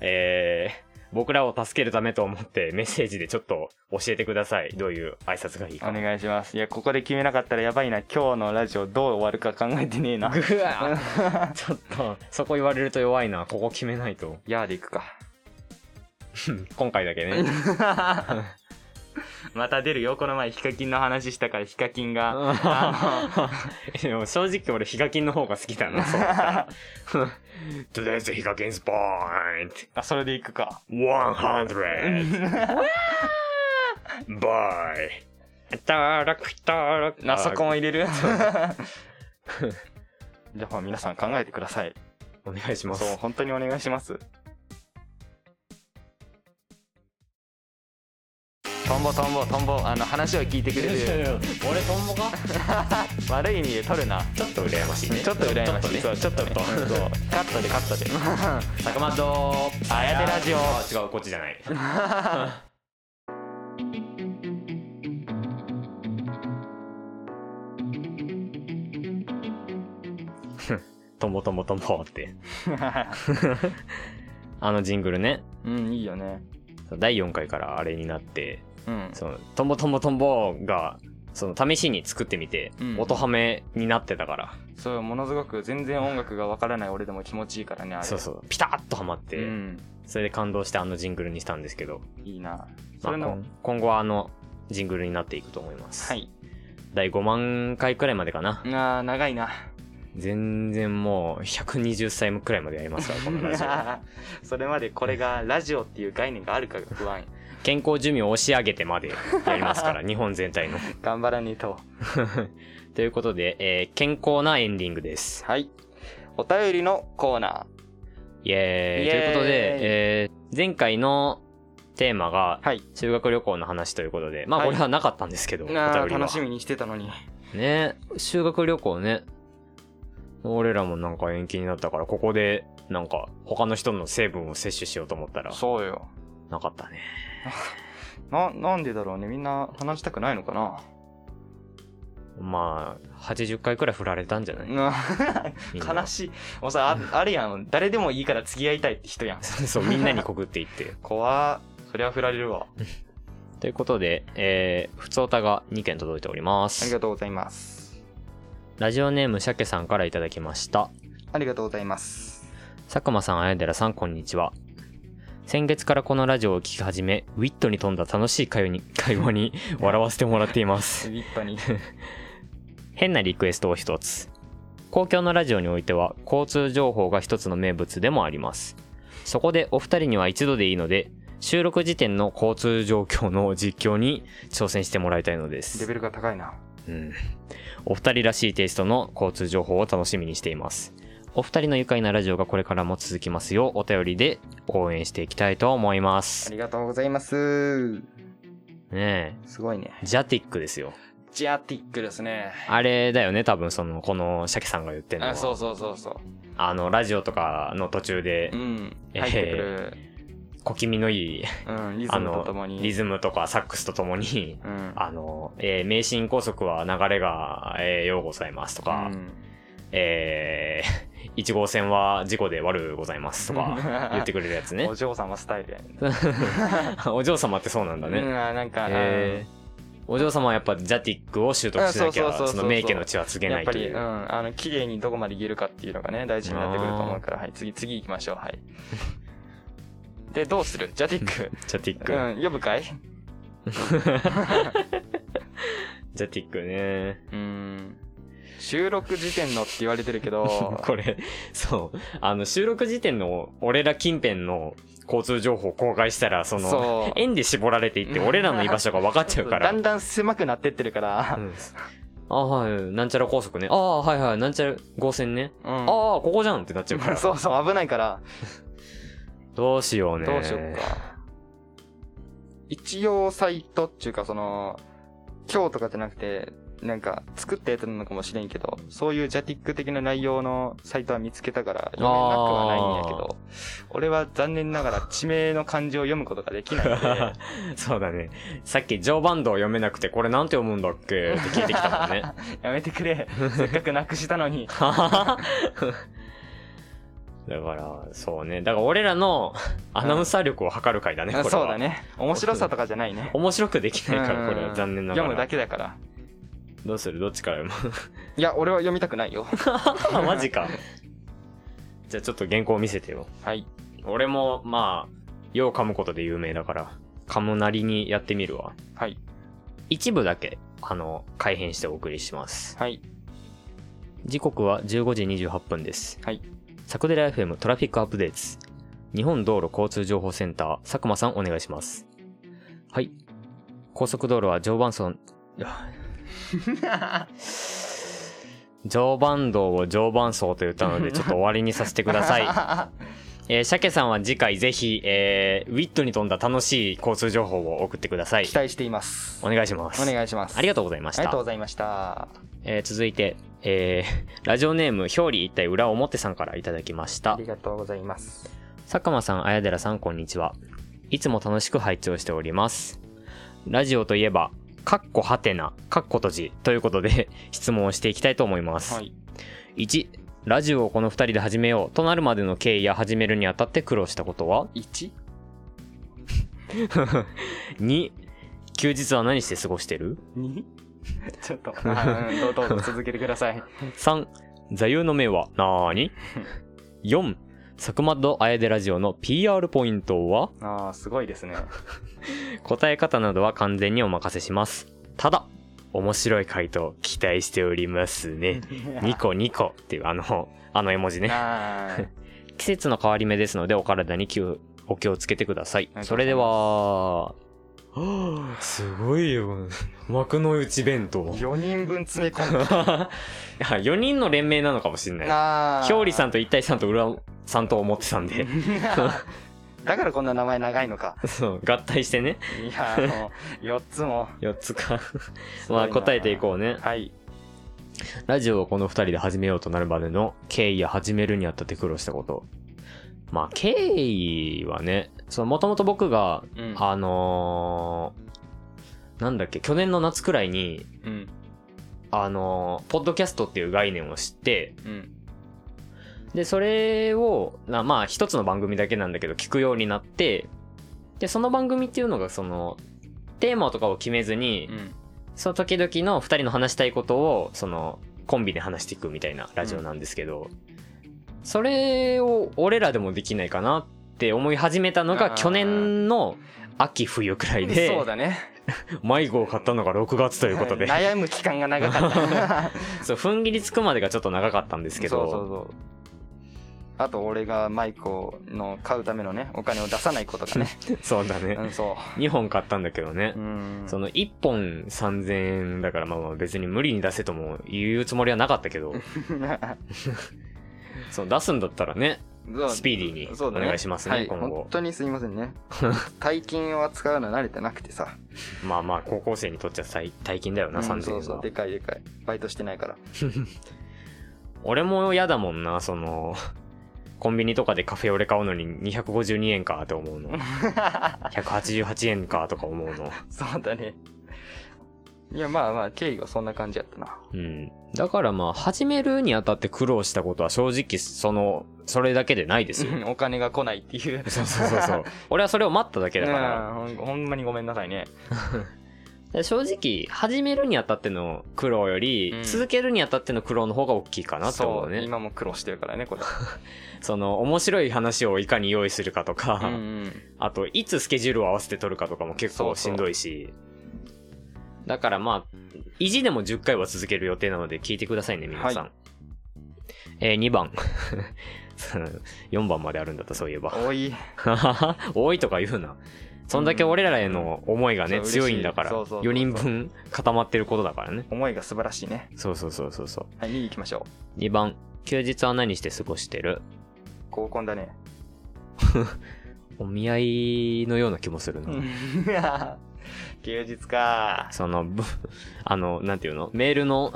[SPEAKER 2] えー、僕らを助けるためと思ってメッセージでちょっと教えてください。どういう挨拶がいいか。
[SPEAKER 1] [LAUGHS] お願いします。いや、ここで決めなかったらやばいな。今日のラジオどう終わるか考えてねえな。
[SPEAKER 2] ぐわーちょっと、そこ言われると弱いな。ここ決めないと。
[SPEAKER 1] やーでいくか。
[SPEAKER 2] 今回だけ [LAUGHS] ね。
[SPEAKER 1] [LAUGHS] また出るよ。この前ヒカキンの話したからヒカキンが。
[SPEAKER 2] でも正直俺ヒカキンの方が好きだな、そうだったら。とりあえずヒカキンスポーンって。 [LAUGHS]
[SPEAKER 1] あ、それでいくか。
[SPEAKER 2] 100! バイ働く働く
[SPEAKER 1] あそこも入れる [LAUGHS] じゃあまあ皆さん考えてください。
[SPEAKER 2] お願いします
[SPEAKER 1] そう、本当にお願いします。トンボトンボトンボ、あの話を聞いてくれ [LAUGHS] る。
[SPEAKER 2] 俺トンボか
[SPEAKER 1] 悪い意味で取るな。
[SPEAKER 2] ちょっと羨ましいね
[SPEAKER 1] ちょっと羨ましい。
[SPEAKER 2] ちょ
[SPEAKER 1] そう、ちょっと、ね、そうカットでカットで。 [LAUGHS]
[SPEAKER 2] 坂本
[SPEAKER 1] あやでラジオ
[SPEAKER 2] オ違うこっちじゃないトンボトンボトンボってあのジングルね
[SPEAKER 1] [LAUGHS] うん、いいよね。
[SPEAKER 2] そう第4回からあれになって
[SPEAKER 1] うん。
[SPEAKER 2] そのトンボトンボトンボがその試しに作ってみて、
[SPEAKER 1] うん
[SPEAKER 2] 音ハメになってたから
[SPEAKER 1] そう、ものすごく全然音楽がわからない俺でも気持ちいいからね、あれ。
[SPEAKER 2] そうそうピタッとハマって、
[SPEAKER 1] うん。
[SPEAKER 2] それで感動してあのジングルにしたんですけど
[SPEAKER 1] いいな。そ
[SPEAKER 2] まあ
[SPEAKER 1] れの、
[SPEAKER 2] 今今後はあのジングルになっていくと思います、
[SPEAKER 1] はい。
[SPEAKER 2] 第5万回くらいまでかな
[SPEAKER 1] あ、ー、長いな。
[SPEAKER 2] 全然もう120歳くらいまでやりますからこのラジオ
[SPEAKER 1] それまでこれがラジオっていう概念があるかが不 [LAUGHS] 安や
[SPEAKER 2] 健康寿命を押し上げてまでやりますから
[SPEAKER 1] [LAUGHS]
[SPEAKER 2] 日本全体の
[SPEAKER 1] 頑張らねえと
[SPEAKER 2] ということで、えー健康なエンディングです
[SPEAKER 1] はいお便りのコーナ
[SPEAKER 2] イエーイ
[SPEAKER 1] イエーイ
[SPEAKER 2] ということで、えー前回のテーマが
[SPEAKER 1] ーはい
[SPEAKER 2] 修学旅行の話ということでまあ
[SPEAKER 1] はい
[SPEAKER 2] これはなかったんですけど、
[SPEAKER 1] な
[SPEAKER 2] お
[SPEAKER 1] あ
[SPEAKER 2] 便りは
[SPEAKER 1] 楽しみにしてたのに
[SPEAKER 2] ね修学旅行ね俺らもなんか延期になったからここでなんか他の人の成分を摂取しようと思ったら
[SPEAKER 1] そうよ
[SPEAKER 2] なかったね
[SPEAKER 1] ななんでだろうねみんな話したくないのかな
[SPEAKER 2] まあ80回くらい振られたんじゃない
[SPEAKER 1] な
[SPEAKER 2] みん
[SPEAKER 1] [LAUGHS]
[SPEAKER 2] な
[SPEAKER 1] 悲しいもうさああれやん誰でもいいから付き合いたいって人やん
[SPEAKER 2] [LAUGHS] そうそうみんなに告って
[SPEAKER 1] [LAUGHS]
[SPEAKER 2] いって
[SPEAKER 1] 怖っそりゃ振られるわ
[SPEAKER 2] ということでえー、普通おたが2件届いておりま
[SPEAKER 1] あり
[SPEAKER 2] す
[SPEAKER 1] がとうございます [LAUGHS]
[SPEAKER 2] ラジオネーム鮭さんからいただきました
[SPEAKER 1] ありがとうございます
[SPEAKER 2] 佐久間さん、あやでらさん、こんにちは。先月からこのラジオを聞き始め、ウィットに富んだ楽しい会話に会
[SPEAKER 1] [LAUGHS]
[SPEAKER 2] 話に笑わせてもらっています。
[SPEAKER 1] 立派に
[SPEAKER 2] 変なリクエストを一つ。公共のラジオにおいては、交通情報が一つの名物でもあります。そこでお二人には一度でいいので、収録時点の交通状況の実況に挑戦してもらいたいので
[SPEAKER 1] レ
[SPEAKER 2] す。
[SPEAKER 1] ベルが高いな
[SPEAKER 2] うん、お二人らしいテイストの交通情報を楽しみにしていますお二人の愉快なラジオがこれからも続きますようお便りで応援していきたいと思いま
[SPEAKER 1] あ
[SPEAKER 2] す
[SPEAKER 1] りがとうございます
[SPEAKER 2] ね
[SPEAKER 1] すごいね
[SPEAKER 2] えジャティックですよ
[SPEAKER 1] ジアティックですね
[SPEAKER 2] あれだよね多分そのこの鮭さんが言ってるのは
[SPEAKER 1] あそうそうそうそう
[SPEAKER 2] あのラジオとかの途中で
[SPEAKER 1] うん、
[SPEAKER 2] えー
[SPEAKER 1] 入ってくる、
[SPEAKER 2] 小気味のいい
[SPEAKER 1] うん、リズ
[SPEAKER 2] あ
[SPEAKER 1] ムととも
[SPEAKER 2] の
[SPEAKER 1] に。
[SPEAKER 2] リズムとかサックスとともに [LAUGHS]
[SPEAKER 1] うん。
[SPEAKER 2] あの、えー、名神高速は流れが、えーようございますとか、
[SPEAKER 1] うん
[SPEAKER 2] えー、1号 [LAUGHS] 線は事故で悪うございます
[SPEAKER 1] [LAUGHS]
[SPEAKER 2] とか言ってくれるやつね
[SPEAKER 1] お。嬢様スタイルやね。
[SPEAKER 2] [LAUGHS] お嬢様ってそうなんだね。
[SPEAKER 1] うん、あなんか、
[SPEAKER 2] えーお嬢様はやっぱジャティックを習得しなき
[SPEAKER 1] あそうそ
[SPEAKER 2] ゃ、
[SPEAKER 1] うそうそう
[SPEAKER 2] その名家の血は継げ
[SPEAKER 1] や
[SPEAKER 2] な
[SPEAKER 1] っ
[SPEAKER 2] い
[SPEAKER 1] ぱ
[SPEAKER 2] と
[SPEAKER 1] り、
[SPEAKER 2] いうう。は
[SPEAKER 1] ん、あの、綺麗にどこまで言えるかっていうのがね、大事になってくると思うから、はい、次、次行きましょう、はい。 [LAUGHS] で、どうするジャティック。
[SPEAKER 2] ジャティック。
[SPEAKER 1] うん、呼ぶかい
[SPEAKER 2] ジャティックね。
[SPEAKER 1] うん。収録時点のって言われてるけど、
[SPEAKER 2] [LAUGHS] これ、そう。あの、収録時点の俺ら近辺の交通情報を公開したら、その、
[SPEAKER 1] そう。
[SPEAKER 2] 円で絞られていって俺らの居場所が分かっちゃうから
[SPEAKER 1] だ。んだん狭くなってってるから
[SPEAKER 2] う、んあはい。なんちゃら高速ね。ああ、はいはい。なんちゃら合線ね。
[SPEAKER 1] うん。
[SPEAKER 2] ああ、ここじゃんってなっちゃうか
[SPEAKER 1] [LAUGHS]
[SPEAKER 2] ら。
[SPEAKER 1] そうそう、危ないから、
[SPEAKER 2] どうしようね。
[SPEAKER 1] どうしよっか。一応、サイトっていうか、その、今日とかじゃなくて、なんか、作ったやつなのかもしれんけど、そういうジャティック的な内容のサイトは見つけたから、読めなくはないんやけど、俺は残念ながら地名の漢字を読むことができ
[SPEAKER 2] [LAUGHS]
[SPEAKER 1] ないので、
[SPEAKER 2] そうだね。さっき常磐道読めなくて、これなんて読むんだっけって聞いてきたもんね。 [LAUGHS]
[SPEAKER 1] [LAUGHS] やめてくれ。せっかくなくしたのに。
[SPEAKER 2] だから、そうね。だから俺らのアナウンサー力を測る回だね、これは。
[SPEAKER 1] そうだ。ね。面白さとかじゃないね。
[SPEAKER 2] 面白くできないから、これ
[SPEAKER 1] う
[SPEAKER 2] は
[SPEAKER 1] ん
[SPEAKER 2] 残念ながら。
[SPEAKER 1] 読むだけだから。
[SPEAKER 2] どうするどっちから読
[SPEAKER 1] いや、俺は読みたくないよ。 [LAUGHS]
[SPEAKER 2] むマジか。じゃあちょっと原稿を見せてよ。
[SPEAKER 1] はい。
[SPEAKER 2] 俺も、まあ、よう噛むことで有名だから、噛むなりにやってみるわ。
[SPEAKER 1] はい。
[SPEAKER 2] 一部だけ、あの、改編してお送りします。
[SPEAKER 1] はい。
[SPEAKER 2] 時刻は15時28分です。
[SPEAKER 1] はい。
[SPEAKER 2] 桜寺 FM トラフィックアップデート。日本道路交通情報センター、佐久間さんお願いします。はい。高速道路は常磐村、
[SPEAKER 1] [LAUGHS]
[SPEAKER 2] 常磐道を常磐層と言ったの
[SPEAKER 1] [LAUGHS]
[SPEAKER 2] で、ちょっと終わりにさせてください。えー、鮭さんは次回ぜひ、えー、ウィットに富んだ楽しい交通情報を送ってください
[SPEAKER 1] 期。待しています。
[SPEAKER 2] お願いします。
[SPEAKER 1] お願いします。
[SPEAKER 2] ありが
[SPEAKER 1] と
[SPEAKER 2] とうございまし
[SPEAKER 1] ありがとう
[SPEAKER 2] た
[SPEAKER 1] ご。ざいました。
[SPEAKER 2] えー続いて、えー [LAUGHS] ラジオネーム、表裏一体裏表さんからいただきまし
[SPEAKER 1] あ
[SPEAKER 2] た
[SPEAKER 1] り。がとうございます。
[SPEAKER 2] 佐久間さん、綾寺さん、こんにちは。いつも楽しく拝聴しております。ラジオといえば、かっこはてな、かっこ閉じということで [LAUGHS] 質問をしていきたいと思います。
[SPEAKER 1] はい。
[SPEAKER 2] 1、ラジオをこの2人で始めようとなるまでの経緯や始めるにあたって苦労したことは [LAUGHS]
[SPEAKER 1] 1?
[SPEAKER 2] 2、休日は何して過ごしてる [LAUGHS]
[SPEAKER 1] 2? ちょっと、 [LAUGHS] あうんどうどうぞ続けてください。
[SPEAKER 2] 3座右の銘はなーに [LAUGHS] 4佐久間と綾出ラジオの PR ポイントは
[SPEAKER 1] ああ、すごいですね。
[SPEAKER 2] 答え方などは完全にお任せしますただ面白い回答期待しておりますねニコニコっていうあのあの絵文字ね
[SPEAKER 1] あー
[SPEAKER 2] [LAUGHS] 季節の変わり目ですのでお体に気をお気をつけてくださ
[SPEAKER 1] あ
[SPEAKER 2] い
[SPEAKER 1] りがと
[SPEAKER 2] そ
[SPEAKER 1] ご
[SPEAKER 2] うれ
[SPEAKER 1] ざ
[SPEAKER 2] で
[SPEAKER 1] い
[SPEAKER 2] は [GASPS] すごいよ幕の内弁当
[SPEAKER 1] 4人分詰め込んだ。
[SPEAKER 2] [LAUGHS] 4人の連名なのかもしれ [LAUGHS] ない
[SPEAKER 1] あー
[SPEAKER 2] 表裏さんと一体さんと裏さんと思ってたんで
[SPEAKER 1] だからこんな名前長いの
[SPEAKER 2] [LAUGHS]
[SPEAKER 1] か。
[SPEAKER 2] そう合体してね
[SPEAKER 1] いやー、もう、4つも。
[SPEAKER 2] 4つか
[SPEAKER 1] ごい
[SPEAKER 2] ま
[SPEAKER 1] な
[SPEAKER 2] あ答えていこうね
[SPEAKER 1] はい。
[SPEAKER 2] ラジオをこの2人で始めようとなるまでの経緯や始めるにあたって苦労したことまあ経緯はねもともと僕が
[SPEAKER 1] うん
[SPEAKER 2] あのーなんだっけ去年の夏くらいに
[SPEAKER 1] うん。
[SPEAKER 2] あのーポッドキャストっていう概念を知って
[SPEAKER 1] うん。
[SPEAKER 2] で、それを、なまあ、一つの番組だけなんだけど、聞くようになって、で、その番組っていうのが、その、テーマとかを決めずに、
[SPEAKER 1] うん。
[SPEAKER 2] その時々の二人の話したいことを、その、コンビで話していくみたいなラジオなんですけど、それを、俺らでもできないかなって思い始めたのが、
[SPEAKER 1] あー
[SPEAKER 2] 去年の秋冬くらいで、
[SPEAKER 1] そうだね。
[SPEAKER 2] 迷子を買ったのが6月ということで、
[SPEAKER 1] 悩む期間が長か
[SPEAKER 2] [LAUGHS]
[SPEAKER 1] った。
[SPEAKER 2] そう、踏ん切りつくまでがちょっと長かったんですけ
[SPEAKER 1] そ
[SPEAKER 2] ど、
[SPEAKER 1] うそうそうあと俺がマイクをの買うためのねお金を出さないことがね
[SPEAKER 2] そうだ
[SPEAKER 1] う
[SPEAKER 2] ね。
[SPEAKER 1] んそ
[SPEAKER 2] 2本買ったんだけどね。
[SPEAKER 1] ううん
[SPEAKER 2] その1本3000円だからまあまあ別に無理に出せとも言うつもりはなかったけど、その出すんだったらね、
[SPEAKER 1] そう
[SPEAKER 2] スピーディーに
[SPEAKER 1] そうだ
[SPEAKER 2] お願いしますね
[SPEAKER 1] はい、
[SPEAKER 2] 今後
[SPEAKER 1] 本当にすいません
[SPEAKER 2] [LAUGHS]
[SPEAKER 1] ね大金を扱うの慣れてなくてさ、
[SPEAKER 2] まあまあ高校生にとっちゃ大大金だよな、
[SPEAKER 1] うん
[SPEAKER 2] 3000円
[SPEAKER 1] そ
[SPEAKER 2] は
[SPEAKER 1] うそうでかいでかいバイトしてないから [LAUGHS]
[SPEAKER 2] 俺も嫌だもんな、その、コンビニとかでカフェオレ買うのに252円かと思うの。188円かとか思うの。
[SPEAKER 1] そうだねいや、まあまあ、経緯はそんな感じやったな。
[SPEAKER 2] うん。だからまあ、始めるにあたって苦労したことは正直、その、それだけでないですよ。
[SPEAKER 1] [LAUGHS] お金が来ないっていう。
[SPEAKER 2] [LAUGHS] そうそうそう
[SPEAKER 1] [LAUGHS]
[SPEAKER 2] そう。俺はそれを待っただけだから。
[SPEAKER 1] うんほんほんまにごめんなさいね。
[SPEAKER 2] で正直、始めるにあたっての苦労より、
[SPEAKER 1] うん
[SPEAKER 2] 続けるにあたっての苦労の方が大きいかなって思う
[SPEAKER 1] そう
[SPEAKER 2] ね。
[SPEAKER 1] 今も苦労してるからね、これ。
[SPEAKER 2] [LAUGHS] その、面白い話をいかに用意するかとか、
[SPEAKER 1] うんうん
[SPEAKER 2] [LAUGHS] あと、いつスケジュールを合わせて撮るかとかも結構しんどいし。だからまあ、意地でも10回は続ける予定なので聞いてくださいね、皆さん。
[SPEAKER 1] は
[SPEAKER 2] えー、2番。4番まであるんだった、そういえば。 [LAUGHS]
[SPEAKER 1] 多い。
[SPEAKER 2] 多いとか言うな。そんだけ俺らへの思いがね、
[SPEAKER 1] うん
[SPEAKER 2] 強いんだから、
[SPEAKER 1] そう嬉しいそうそうそうそう
[SPEAKER 2] 4人分固まってることだからね。
[SPEAKER 1] 思いが素晴らしいね。
[SPEAKER 2] そうそうそうそうそう。
[SPEAKER 1] はい、2位行きましょ
[SPEAKER 2] 2番、休日は何して過ごしてる
[SPEAKER 1] う。合コンだね。
[SPEAKER 2] お見合いのような気もするな。
[SPEAKER 1] [LAUGHS] 休日か。
[SPEAKER 2] その、ぶ [LAUGHS] あの、なんていうのメールの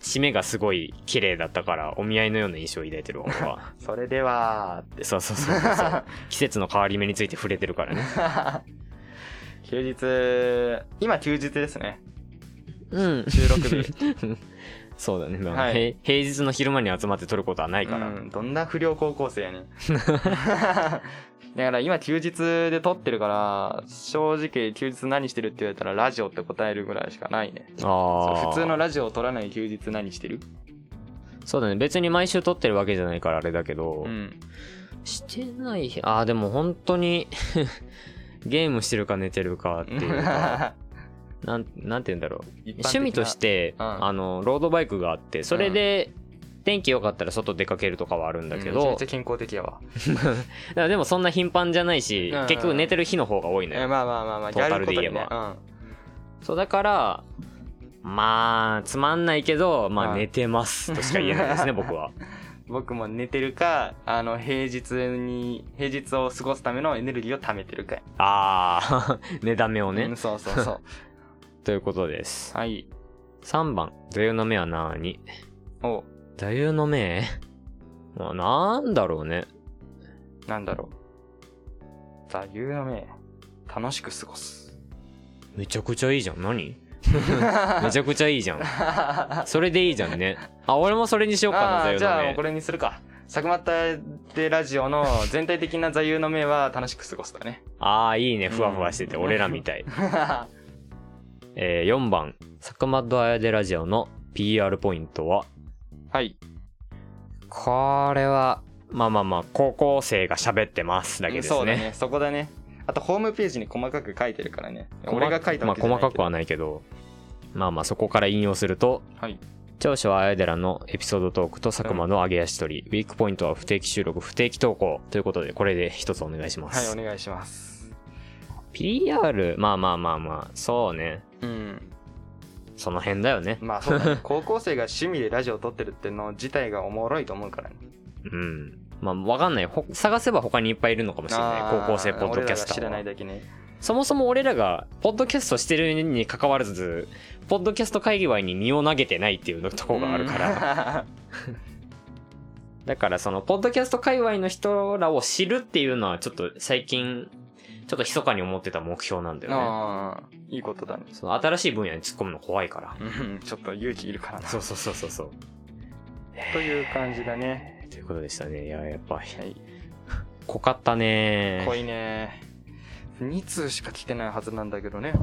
[SPEAKER 2] 締めがすごい綺麗だったから、お見合いのような印象を抱いてるわ、俺 [LAUGHS] は
[SPEAKER 1] それでは、
[SPEAKER 2] そうそうそうそうそう。季節の変わり目について触れてるからね。
[SPEAKER 1] [LAUGHS] 休日、今休日ですね。
[SPEAKER 2] うん。
[SPEAKER 1] 収録日。
[SPEAKER 2] [LAUGHS] そうだね。まあ
[SPEAKER 1] はい
[SPEAKER 2] へい平日の昼間に集まって撮ることはないから。
[SPEAKER 1] うん、どんな不良高校生や
[SPEAKER 2] [LAUGHS]
[SPEAKER 1] ねんだから今休日で撮ってるから正直休日何してるって言われたらラジオって答えるぐらいしかないね
[SPEAKER 2] ああ。
[SPEAKER 1] 普通のラジオを撮らない休日何してる
[SPEAKER 2] そうだね。別に毎週撮ってるわけじゃないからあれだけど、
[SPEAKER 1] うん
[SPEAKER 2] してない日、ああ、でも本当に、 [LAUGHS] ゲームしてるか寝てるかってい
[SPEAKER 1] [LAUGHS]
[SPEAKER 2] うか、なん、なんて言うんだろう。趣味としてて、
[SPEAKER 1] うん
[SPEAKER 2] あのロードバイクがあってそれで、天気良かったら外出かけるとかはあるんだけ
[SPEAKER 1] めちゃ
[SPEAKER 2] ど
[SPEAKER 1] めち、ゃ健康的やわ、
[SPEAKER 2] だからでもそんな頻繁じゃないし、
[SPEAKER 1] うん
[SPEAKER 2] 結局寝てる日の方が多いの
[SPEAKER 1] え
[SPEAKER 2] よ、
[SPEAKER 1] まあまあまあまあ
[SPEAKER 2] トータルで言えば
[SPEAKER 1] やることにね
[SPEAKER 2] そうだからまあつまんないけどま
[SPEAKER 1] う
[SPEAKER 2] あ
[SPEAKER 1] ん
[SPEAKER 2] 寝てますとしか言えな
[SPEAKER 1] [LAUGHS]
[SPEAKER 2] いですね僕は
[SPEAKER 1] うん、僕も寝てるかあの平日に平日を過ごすためのエネルギーを貯めてるかや
[SPEAKER 2] ああ [LAUGHS] 寝だめをね、
[SPEAKER 1] うんそうそう
[SPEAKER 2] [LAUGHS]
[SPEAKER 1] そう
[SPEAKER 2] ということです
[SPEAKER 1] はい
[SPEAKER 2] 3番「座右の銘は何?
[SPEAKER 1] お」
[SPEAKER 2] 座右の銘まあなんだろうね
[SPEAKER 1] なんだろう。座右の銘。楽しく過ごす。
[SPEAKER 2] [LAUGHS] めちゃくちゃいいじゃん何 [LAUGHS] め
[SPEAKER 1] め
[SPEAKER 2] ちゃくちゃいいじゃん
[SPEAKER 1] ゃ
[SPEAKER 2] それでいいじゃんね。あ、俺もそれにしようかな、座右
[SPEAKER 1] じゃあも
[SPEAKER 2] の
[SPEAKER 1] うこ
[SPEAKER 2] 銘。
[SPEAKER 1] れにするか。サクマッタでラジオの全体的な座右の銘は楽しく過ごすだ
[SPEAKER 2] [LAUGHS]
[SPEAKER 1] ね。
[SPEAKER 2] ああ、いいね。ふわふわしてて、
[SPEAKER 1] うん
[SPEAKER 2] 俺らみたい。
[SPEAKER 1] は
[SPEAKER 2] えー、4番、サクマッドアヤデラジオの PR ポイントは、
[SPEAKER 1] い。
[SPEAKER 2] これは、まあまあまあ、高校生が喋ってますだけです
[SPEAKER 1] そうだ
[SPEAKER 2] ね。
[SPEAKER 1] ね。そこだね。あとホームページに細かく書いてるからね。
[SPEAKER 2] 細
[SPEAKER 1] 俺が書いたわけじゃ
[SPEAKER 2] ま
[SPEAKER 1] な
[SPEAKER 2] あ
[SPEAKER 1] いけど。
[SPEAKER 2] 細かくはないけど、まあまあそこから引用すると、
[SPEAKER 1] はい。
[SPEAKER 2] 長所はあやでらのエピソードトークと佐久間の上げ足取り、ウィークポイントは不定期収録、不定期投稿ということで、これで一つお願いしま
[SPEAKER 1] はい、
[SPEAKER 2] す。
[SPEAKER 1] お願いします。
[SPEAKER 2] PR、まあまあまあまあ、そうね。
[SPEAKER 1] うん。
[SPEAKER 2] その辺だよね。
[SPEAKER 1] まあそうだね。 [LAUGHS] 高校生が趣味でラジオを撮ってるっての自体がおもろいと思うからね。
[SPEAKER 2] うん。まあ、わかんない。ほ探せば他にいっぱいいるのかもしれない。高校生ポッドキャスタ
[SPEAKER 1] あー俺らが知
[SPEAKER 2] ー
[SPEAKER 1] らない
[SPEAKER 2] は。
[SPEAKER 1] だけね。
[SPEAKER 2] そもそも俺らが、ポッドキャストしてるに関わらず、ポッドキャスト界隈に身を投げてないっていうのとこがあるから。
[SPEAKER 1] ら。
[SPEAKER 2] だから、その、ポッドキャスト界隈の人らを知るっていうのは、ちょっと最近、ちょっと密かに思ってた目標 [LAUGHS] なんだよね。
[SPEAKER 1] ああ、いいことだね。
[SPEAKER 2] その新しい分野に突っ込むの怖いから。
[SPEAKER 1] うんちょっと勇気いるからな。
[SPEAKER 2] [LAUGHS] そうそうそうそうそう。
[SPEAKER 1] という感じだね。
[SPEAKER 2] えーということでしたね。いや、やっぱ、
[SPEAKER 1] はい。
[SPEAKER 2] 濃かったね
[SPEAKER 1] 濃いね。2通しか来てないはずなんだけどね。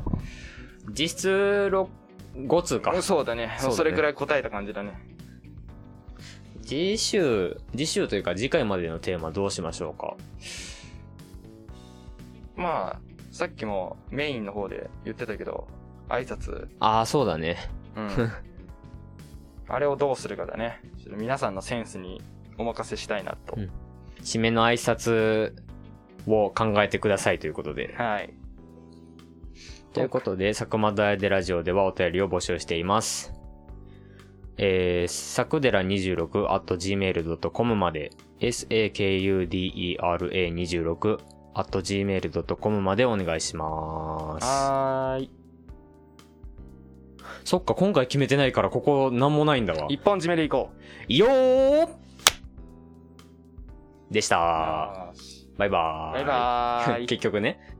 [SPEAKER 2] 実質ろ5通か。
[SPEAKER 1] そうだね。
[SPEAKER 2] そうだね
[SPEAKER 1] それくらい答えた感じだね。
[SPEAKER 2] 次週、次週というか次回までのテーマどうしましょうか
[SPEAKER 1] まあ、さっきもメインの方で言ってたけど、挨拶、
[SPEAKER 2] ああ、そうだね。
[SPEAKER 1] うん。
[SPEAKER 2] [LAUGHS]
[SPEAKER 1] あれをどうするかだね。ちょっと皆さんのセンスにお任せしたいなと。
[SPEAKER 2] うん締めの挨拶を考えてくださいということで。
[SPEAKER 1] はい。
[SPEAKER 2] ということで、佐久間大でラジオではお便りを募集しています。えー、さくでら26 at gmail.com まで、sakudera26 at gmail.com までお願いします。
[SPEAKER 1] はーい。
[SPEAKER 2] そっか、今回決めてないからここなんもないんだわ。
[SPEAKER 1] 一本締めでいこう。
[SPEAKER 2] いよーでした。バイバーイ。
[SPEAKER 1] バイバーイ。
[SPEAKER 2] [LAUGHS] 結局ね。